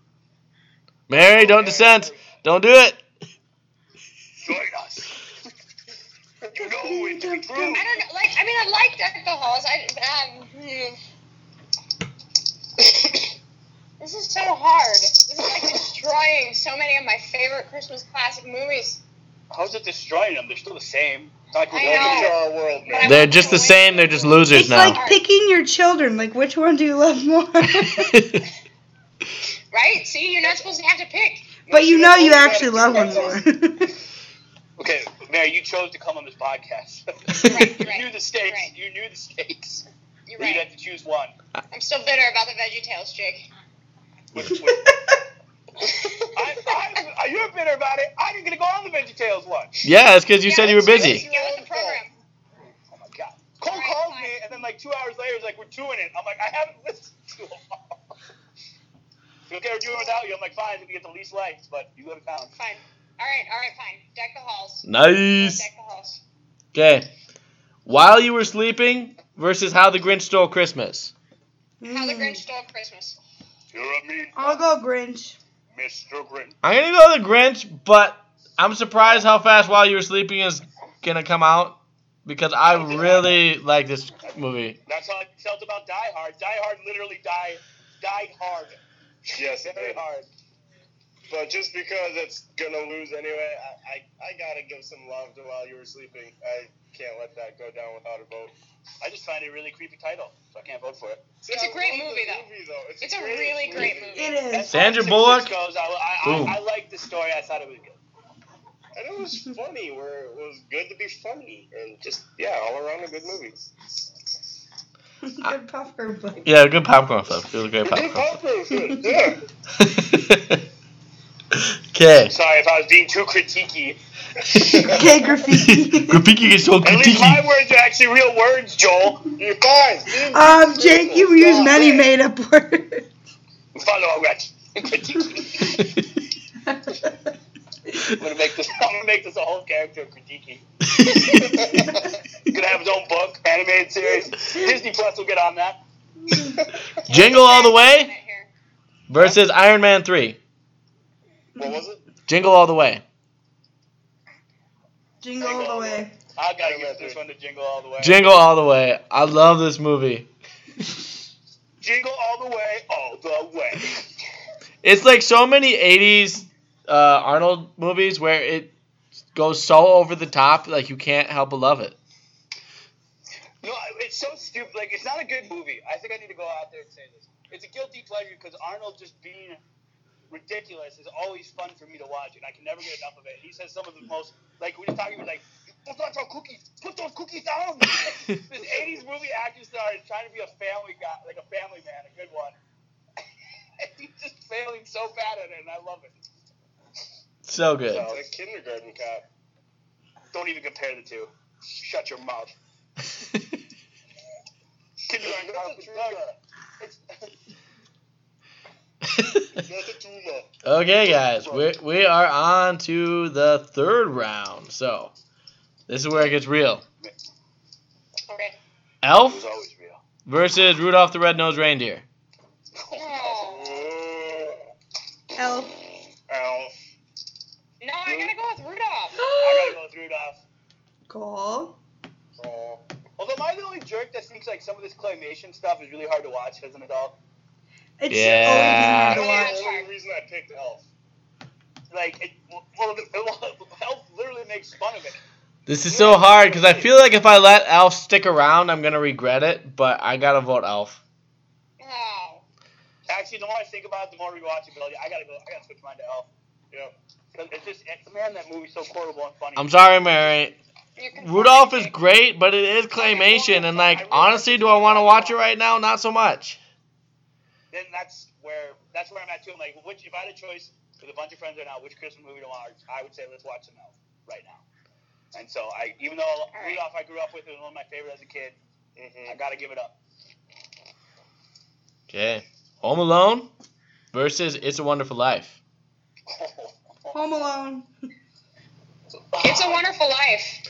Mary, don't dissent. Don't do it.
Join
(laughs)
us. you know it to be true.
I don't know. Like, I mean, I liked alcohols. I um. hmm. this is so hard. This is like destroying so many of my favorite Christmas classic movies.
How's it destroying them? They're still the same. It's not like we're
I
going
know.
to
Welcome to our world, man.
They're just the same. They're just losers
It's
now. (laughs)
like picking your children. Like, which one do you love more? (laughs)
Right? See, you're not supposed to have to pick.
but you know you actually love one more.
(laughs)
(laughs)
Okay, Mary, you chose to come on this podcast. (laughs)
Right,
you
right,
knew the stakes.
right.
You knew the stakes.
You're
You'd
right.
have to choose one.
I'm still bitter about the Veggie Tales, Jake.
Which, which, I,
(laughs)
I, you're bitter about it. I didn't get to go on the VeggieTales one.
yeah, it's because you
Yeah,
said you were
that's
busy.
right. Get with the program.
Oh my god. Cole
Right,
called
fine.
me, and then like two hours later, he's like, "We're doing it." I'm like, "I haven't listened to (laughs) him." He's okay, we're doing it without you. I'm like, "Fine, if you get the least likes, but you go to town."
Fine. All right. All right. Fine. Deck the halls.
Nice.
Deck the halls.
Okay. While you were sleeping versus How the Grinch Stole Christmas.
How the
Mm.
Grinch Stole Christmas.
You're a mean,
I'll go Grinch. (laughs)
Mr. Grin.
I'm gonna go with the Grinch, but I'm surprised how fast While You Were Sleeping is gonna come out because I really like this movie.
That's how I felt about Die Hard. Die Hard literally died, died hard,
Yes, it
very
is.
hard.
but just because it's gonna lose anyway, I, I I gotta give some love to while you were sleeping. I can't let that go down without a vote.
I just find it a really creepy title, so I can't vote for it.
It's a great
I love
movie,
the
though.
movie, though. It's,
It's a
great
really great movie.
It
As
is.
far as
Sandra
Six
Bullock?
Six goes, I, I,
Boom.
I, I liked the story. I thought it was good.
And it was funny. Where it was good to be funny, and just yeah, all around a good movie.
Good puffer, but
(laughs) Yeah, good popcorn (laughs) flip. It was a great
Good
popcorn
popcorn, good. Yeah.
flip. Okay. (laughs)
Sorry if I was being too (laughs) critiquey.
Okay, graffiti.
(laughs) Graffiti gets so
At least my
critiquey.
words are actually real words, Joel. You
Guys, being
um, Jake, you
critical,
use
God,
many
man.
made up words.
follow (laughs) Rex. I'm gonna (laughs) make this. I'm gonna make this a whole character of critiquey. Gonna have his own book, animated series. Disney Plus will get on that.
(laughs) Jingle all the way versus Iron Man 3.
What was it?
Jingle all the way.
(laughs) Jingle all the way.
I gotta give this one to Jingle all the way.
Jingle all the way. I love this movie.
Jingle all the way, all the way.
It's like so many 80s uh, Arnold movies where it goes so over the top, like you can't help but love it. (laughs)
No, it's so stupid. Like, it's not a good movie. I think I need to go out there and say this. It's a guilty pleasure because Arnold just being ridiculous is always fun for me to watch, and I can never get enough of it. He says some of the most, like, we're just talking about, like, don't talk about cookies. Put those cookies down. (laughs) this 80s movie action star is trying to be a family guy, like a family man, a good one. (laughs) and he's just failing so bad at it, and I love it.
So good.
So,
It's a kindergarten cop.
don't even compare the two. Shut your mouth.
(laughs)
Kindergarten Cop
That's a
is
true
better. It's- (laughs)
That's a tuna.
okay, guys, we we are on to the third round. So this is where it gets real.
Okay.
It was
Elf
always real.
versus Rudolph the Red-Nosed Reindeer.
No,
Elf.
Elf.
no, I gotta go with Rudolph.
I gotta go through Rudolph.
Cool.
Oh,
Although am I the only jerk that thinks like some of this claymation stuff is really hard to watch as an adult?
It's
Yeah.
always hard
that's
to
the
watch.
only reason I picked Elf.
Like, it, well, the, well, (laughs) Elf literally makes fun of it.
This is so hard because I feel like if I let Elf stick around, I'm gonna regret it. But I gotta vote Elf.
No.
Actually, the more I think about it, the more rewatchability. I gotta go. I gotta switch mine to Elf.
Yep.
'Cause It's just, it's, man, that movie's so quotable and funny.
I'm sorry, Mary.
You're confusing
Rudolph is
me.
great, but it is claymation, and like honestly, do I want to watch it right now? Not so much.
Then that's where that's where I'm at too. I'm like, which if I had a choice with a bunch of friends right now, which Christmas movie to watch, I would say let's watch an Elf right now. And so I, even though
right.
Rudolph I grew up with was one of my favorite as a kid, I
Mm-hmm.
gotta give it up.
Okay, Home Alone versus It's a Wonderful Life.
Home Alone.
(laughs) It's
(laughs)
a Wonderful Life.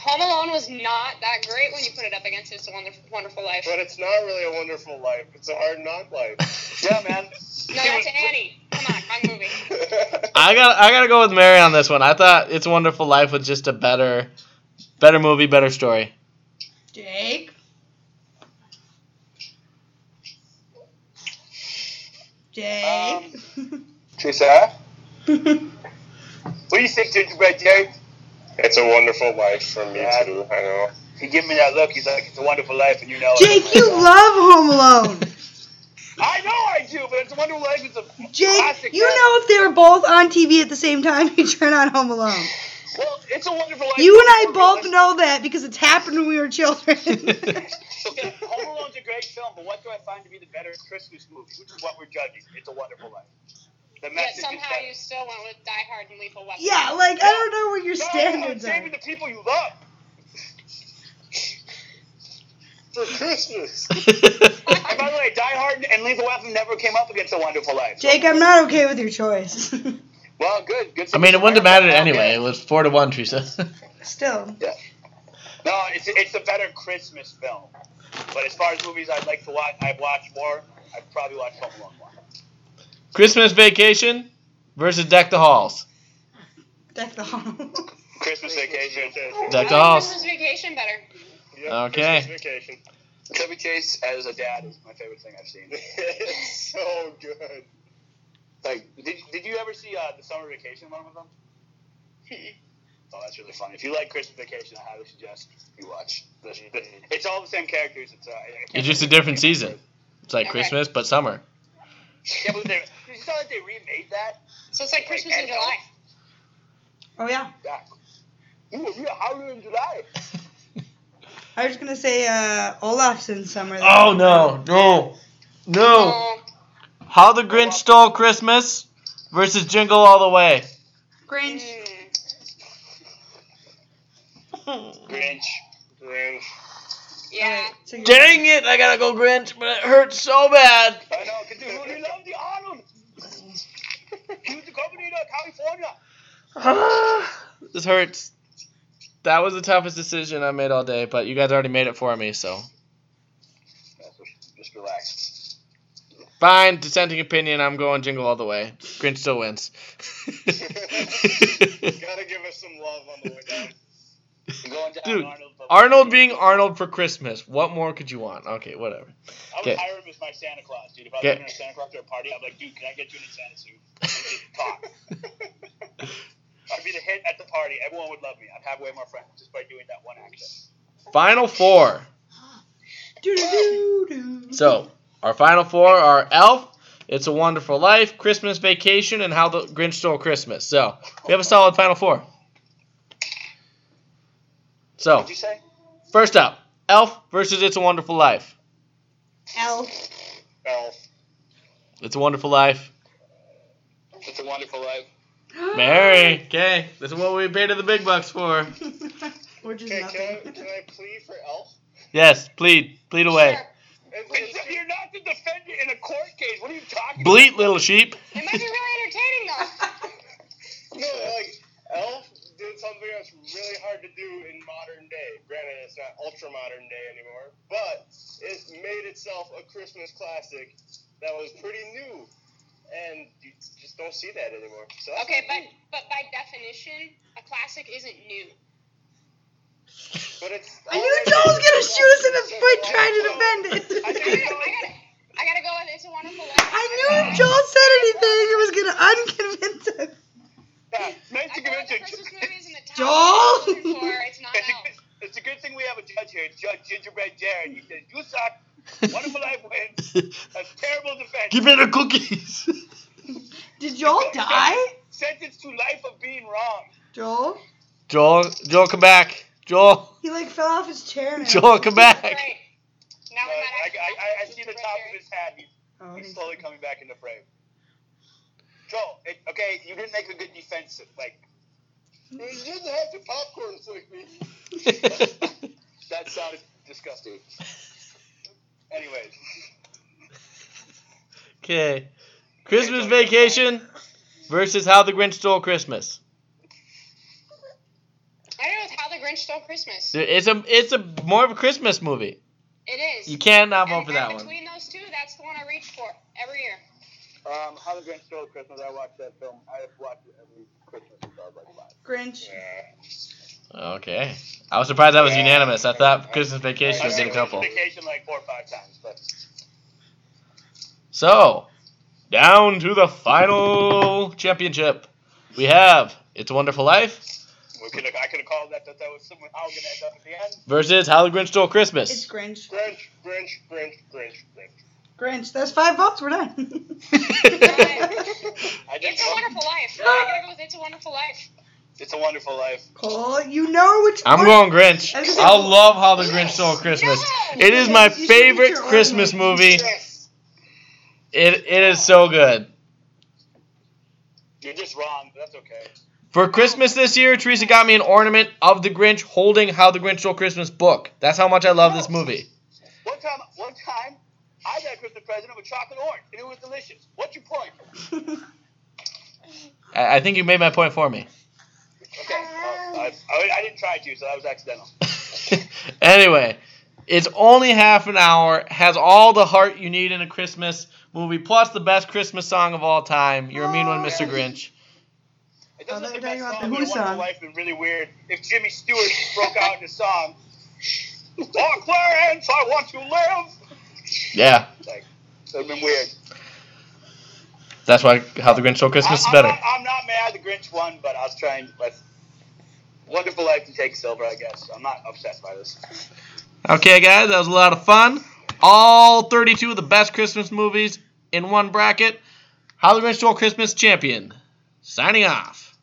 Home Alone was not that great when you put it up against It's a Wonderful, wonderful Life.
But it's not really a wonderful life. It's a hard knock life.
(laughs) Yeah, man. (laughs)
No, that's Annie. Come on, my movie.
I got I gotta go with Mary on this one. I thought It's a Wonderful Life was just a better, better movie, better story. (laughs)
Jake. Jake.
Um. Teresa, what do you think, Gingerbread Jerry?
it's a wonderful life for me
Yeah.
too. I know.
He gave me that look. He's like, "It's a wonderful life," and you know. it.
(laughs) Jake, you love Home
(laughs)
Alone.
I know I do, but it's a wonderful life. It's a
Jake,
classic,
you know
man.
if they were both on TV at the same time, (laughs) you turn on Home Alone.
Well, it's a wonderful life.
You and I both know that because it's happened when we were children.
(laughs)
(laughs)
Okay, Home Alone's a great film, but what do I find to be the better Christmas movie? Which is what we're judging. It's a wonderful life. The
Yet
message is
somehow
better.
you still went with Die Hard and Lethal Weapon.
yeah, like I don't know what your
No,
standards
no,
are.
saving the people you love.
For Christmas.
And by the way, Die Hard and Lethal Weapon never came up against A Wonderful Life.
Jake, I'm not okay with your choice. (laughs)
Well, good. Good.
I mean, it wouldn't have mattered anyway.
Okay.
It was four to one, Teresa. (laughs)
Still.
No, it's it's a better Christmas film. But as far as movies I'd like to watch, I've watched more. I've probably watched Home Alone more.
Christmas Vacation versus Deck the Halls.
Deck the hall. (laughs)
Christmas Vacation.
Deck the
I like
Halls.
Christmas Vacation better.
Yep,
Okay.
Christmas vacation.
Chevy Chase as a dad is my favorite thing I've seen.
(laughs) it's so good.
like, did, did you ever see uh, the Summer Vacation one
(laughs)
with them? Oh, that's really fun. If you like Christmas Vacation, I highly suggest you watch. The,
Mm-hmm.
the, it's all the same characters. It's, uh, I- I can't
It's just a
believe-
different season. It's like
Okay.
Christmas but summer.
I can't believe they. Did you saw that they remade that?
So it's like Christmas in July.
Oh yeah.
Yeah. Ooh, yeah, how are you in July?
I was gonna say uh, Olaf's in summer. though.
Oh no, no, no!
Oh,
How the Grinch Stole Christmas versus Jingle All the Way.
Grinch.
Mm.
Grinch.
Grinch.
Yeah.
(laughs) So you-
Dang it! I gotta go Grinch, but it hurts so bad.
I know, because dude, he loved the island. He was the governor of California.
(sighs) this hurts. That was the toughest decision I made all day, but you guys already made it for me, so.
Yeah, so just relax.
Fine, dissenting opinion, I'm going jingle all the way. Grinch still wins. (laughs)
Gotta give us some love on the way down.
I'm going down
Dude,
Arnold. but-
Arnold being Arnold for Christmas. What more could you want? Okay, whatever.
I would
Okay.
hire him as my Santa Claus, dude. If I was
Okay.
going to Santa Claus to a party, I'd be like, dude, can I get you in a Santa suit? And just
(laughs)
talk. I'd be the hit at the party. Everyone would love me. I'd have way more friends just by doing that one action.
Final four.
Doo-doo-doo-doo.
So, our final four are Elf, It's a Wonderful Life, Christmas Vacation, and How the Grinch Stole Christmas. So, we have a solid final four. So, Oh.
What'd you say?
first up, Elf versus It's a Wonderful Life.
Elf.
Elf.
It's a Wonderful Life.
It's a wonderful life.
Mary. Okay, this is what we paid her the big bucks for.
(laughs) Which is
Okay, can I,
nothing.
can I plead for Elf?
Yes, plead, plead away.
Sure.
Is- is
It's,
she-
you're not the defendant in a court case. What are you talking
Bleat,
about?
little sheep. (laughs)
It might be really entertaining though.
No, (laughs) like Elf did something that's really hard to do in modern day. Granted, it's not ultra modern day anymore, but it made itself a Christmas classic that was pretty new, and you just don't see that anymore. So that's
Okay,
not
but
new.
but by definition, a classic isn't new.
but it's.
(laughs) I knew Joel's gonna shoot us in the foot trying to defend
I
I
(laughs)
it.
gotta, I gotta, I gotta go with It's a Wonderful Life.
I knew if Joel said anything, it was gonna unconvince him.
Yeah, nice
I
to
feel like
convince
the
you.
Christmas
(laughs)
movies in the top
Joel!
I'm looking for, it's
(laughs)
not
It's a,
out.
good, it's a good thing we have a judge here, Judge Gingerbread Jared. He says, You suck. Wonderful life wins.
Give
That's terrible defense.
me the cookies.
Did Joel die?
(laughs)
Sentenced to life of being wrong.
Joel?
Joel, Joel, come back. Joel,
He like fell off his chair now.
Joel, come back.
Great. Now
Uh,
we might
I,
actually
I, I, I
watch
see the
Gingerbread
top
Fairy.
of his hat. He's,
Oh,
he's
he's-
slowly coming back into frame. Joel, it, okay, you didn't make a good defense. Like,
You just have to popcorn flick me.
that sounded disgusting. Anyways,
Okay. Christmas Vacation versus How the Grinch Stole Christmas.
I don't know with how the Grinch stole Christmas.
It's a it's a more of a Christmas movie.
It is.
You cannot
and,
vote for
and
that one.
between those two, that's the one I reach for every year.
um, How the Grinch Stole Christmas, I watched that film. I have watched it every Christmas since I was like five.
Grinch.
Okay. I was surprised that was unanimous. I thought Christmas Vacation
I've
would be
seen
a couple.
vacation like four or five times, but
So, down to the final championship. We have It's a Wonderful Life
we could I could have called that that that was somehow going to end up at the end.
versus How the Grinch Stole
It's
Christmas.
Grinch.
Grinch, Grinch, Grinch, Grinch, Grinch.
Grinch. That's five votes. We're done.
(laughs)
I just
It's a Wonderful
(laughs)
Life. I gotta go with It's a Wonderful Life.
It's a Wonderful Life.
Cole, you know which
I'm going
one-
Grinch.
I was gonna say-
I love How the Grinch Stole Christmas. It is my
You should get
favorite
your own
Christmas
one.
movie.
Yes.
It it is so good.
You're just wrong, but that's okay.
For Christmas this year, Teresa got me an ornament of the Grinch holding How the Grinch Stole Christmas book. That's how much I love this movie.
One time, one time, I got a Christmas present of a chocolate orange, and it was delicious. What's your point?
(laughs)
I, I think you made my point for me.
Okay, well, I, I, I didn't try to, so that was accidental.
(laughs) anyway, it's only half an hour, has all the heart you need in a Christmas movie, plus the best Christmas song of all time. You're a mean one,
Oh,
Mr. Grinch.
It
Oh,
doesn't
they're
look like
talking about
song,
the
but
Who song.
Wonderful Life been really weird. If Jimmy Stewart broke out in a song, "Oh Clarence, I want to live,"
Yeah,
like it would have been weird.
that's why How the Grinch Stole Christmas is
I,
better.
I'm, not, I'm not mad the Grinch won, but I was trying. But Wonderful Life can take silver, I guess. I'm not upset by this.
Okay, guys, that was a lot of fun. All 32 of the best Christmas movies in one bracket. How the Grinch Stole Christmas champion. Signing off.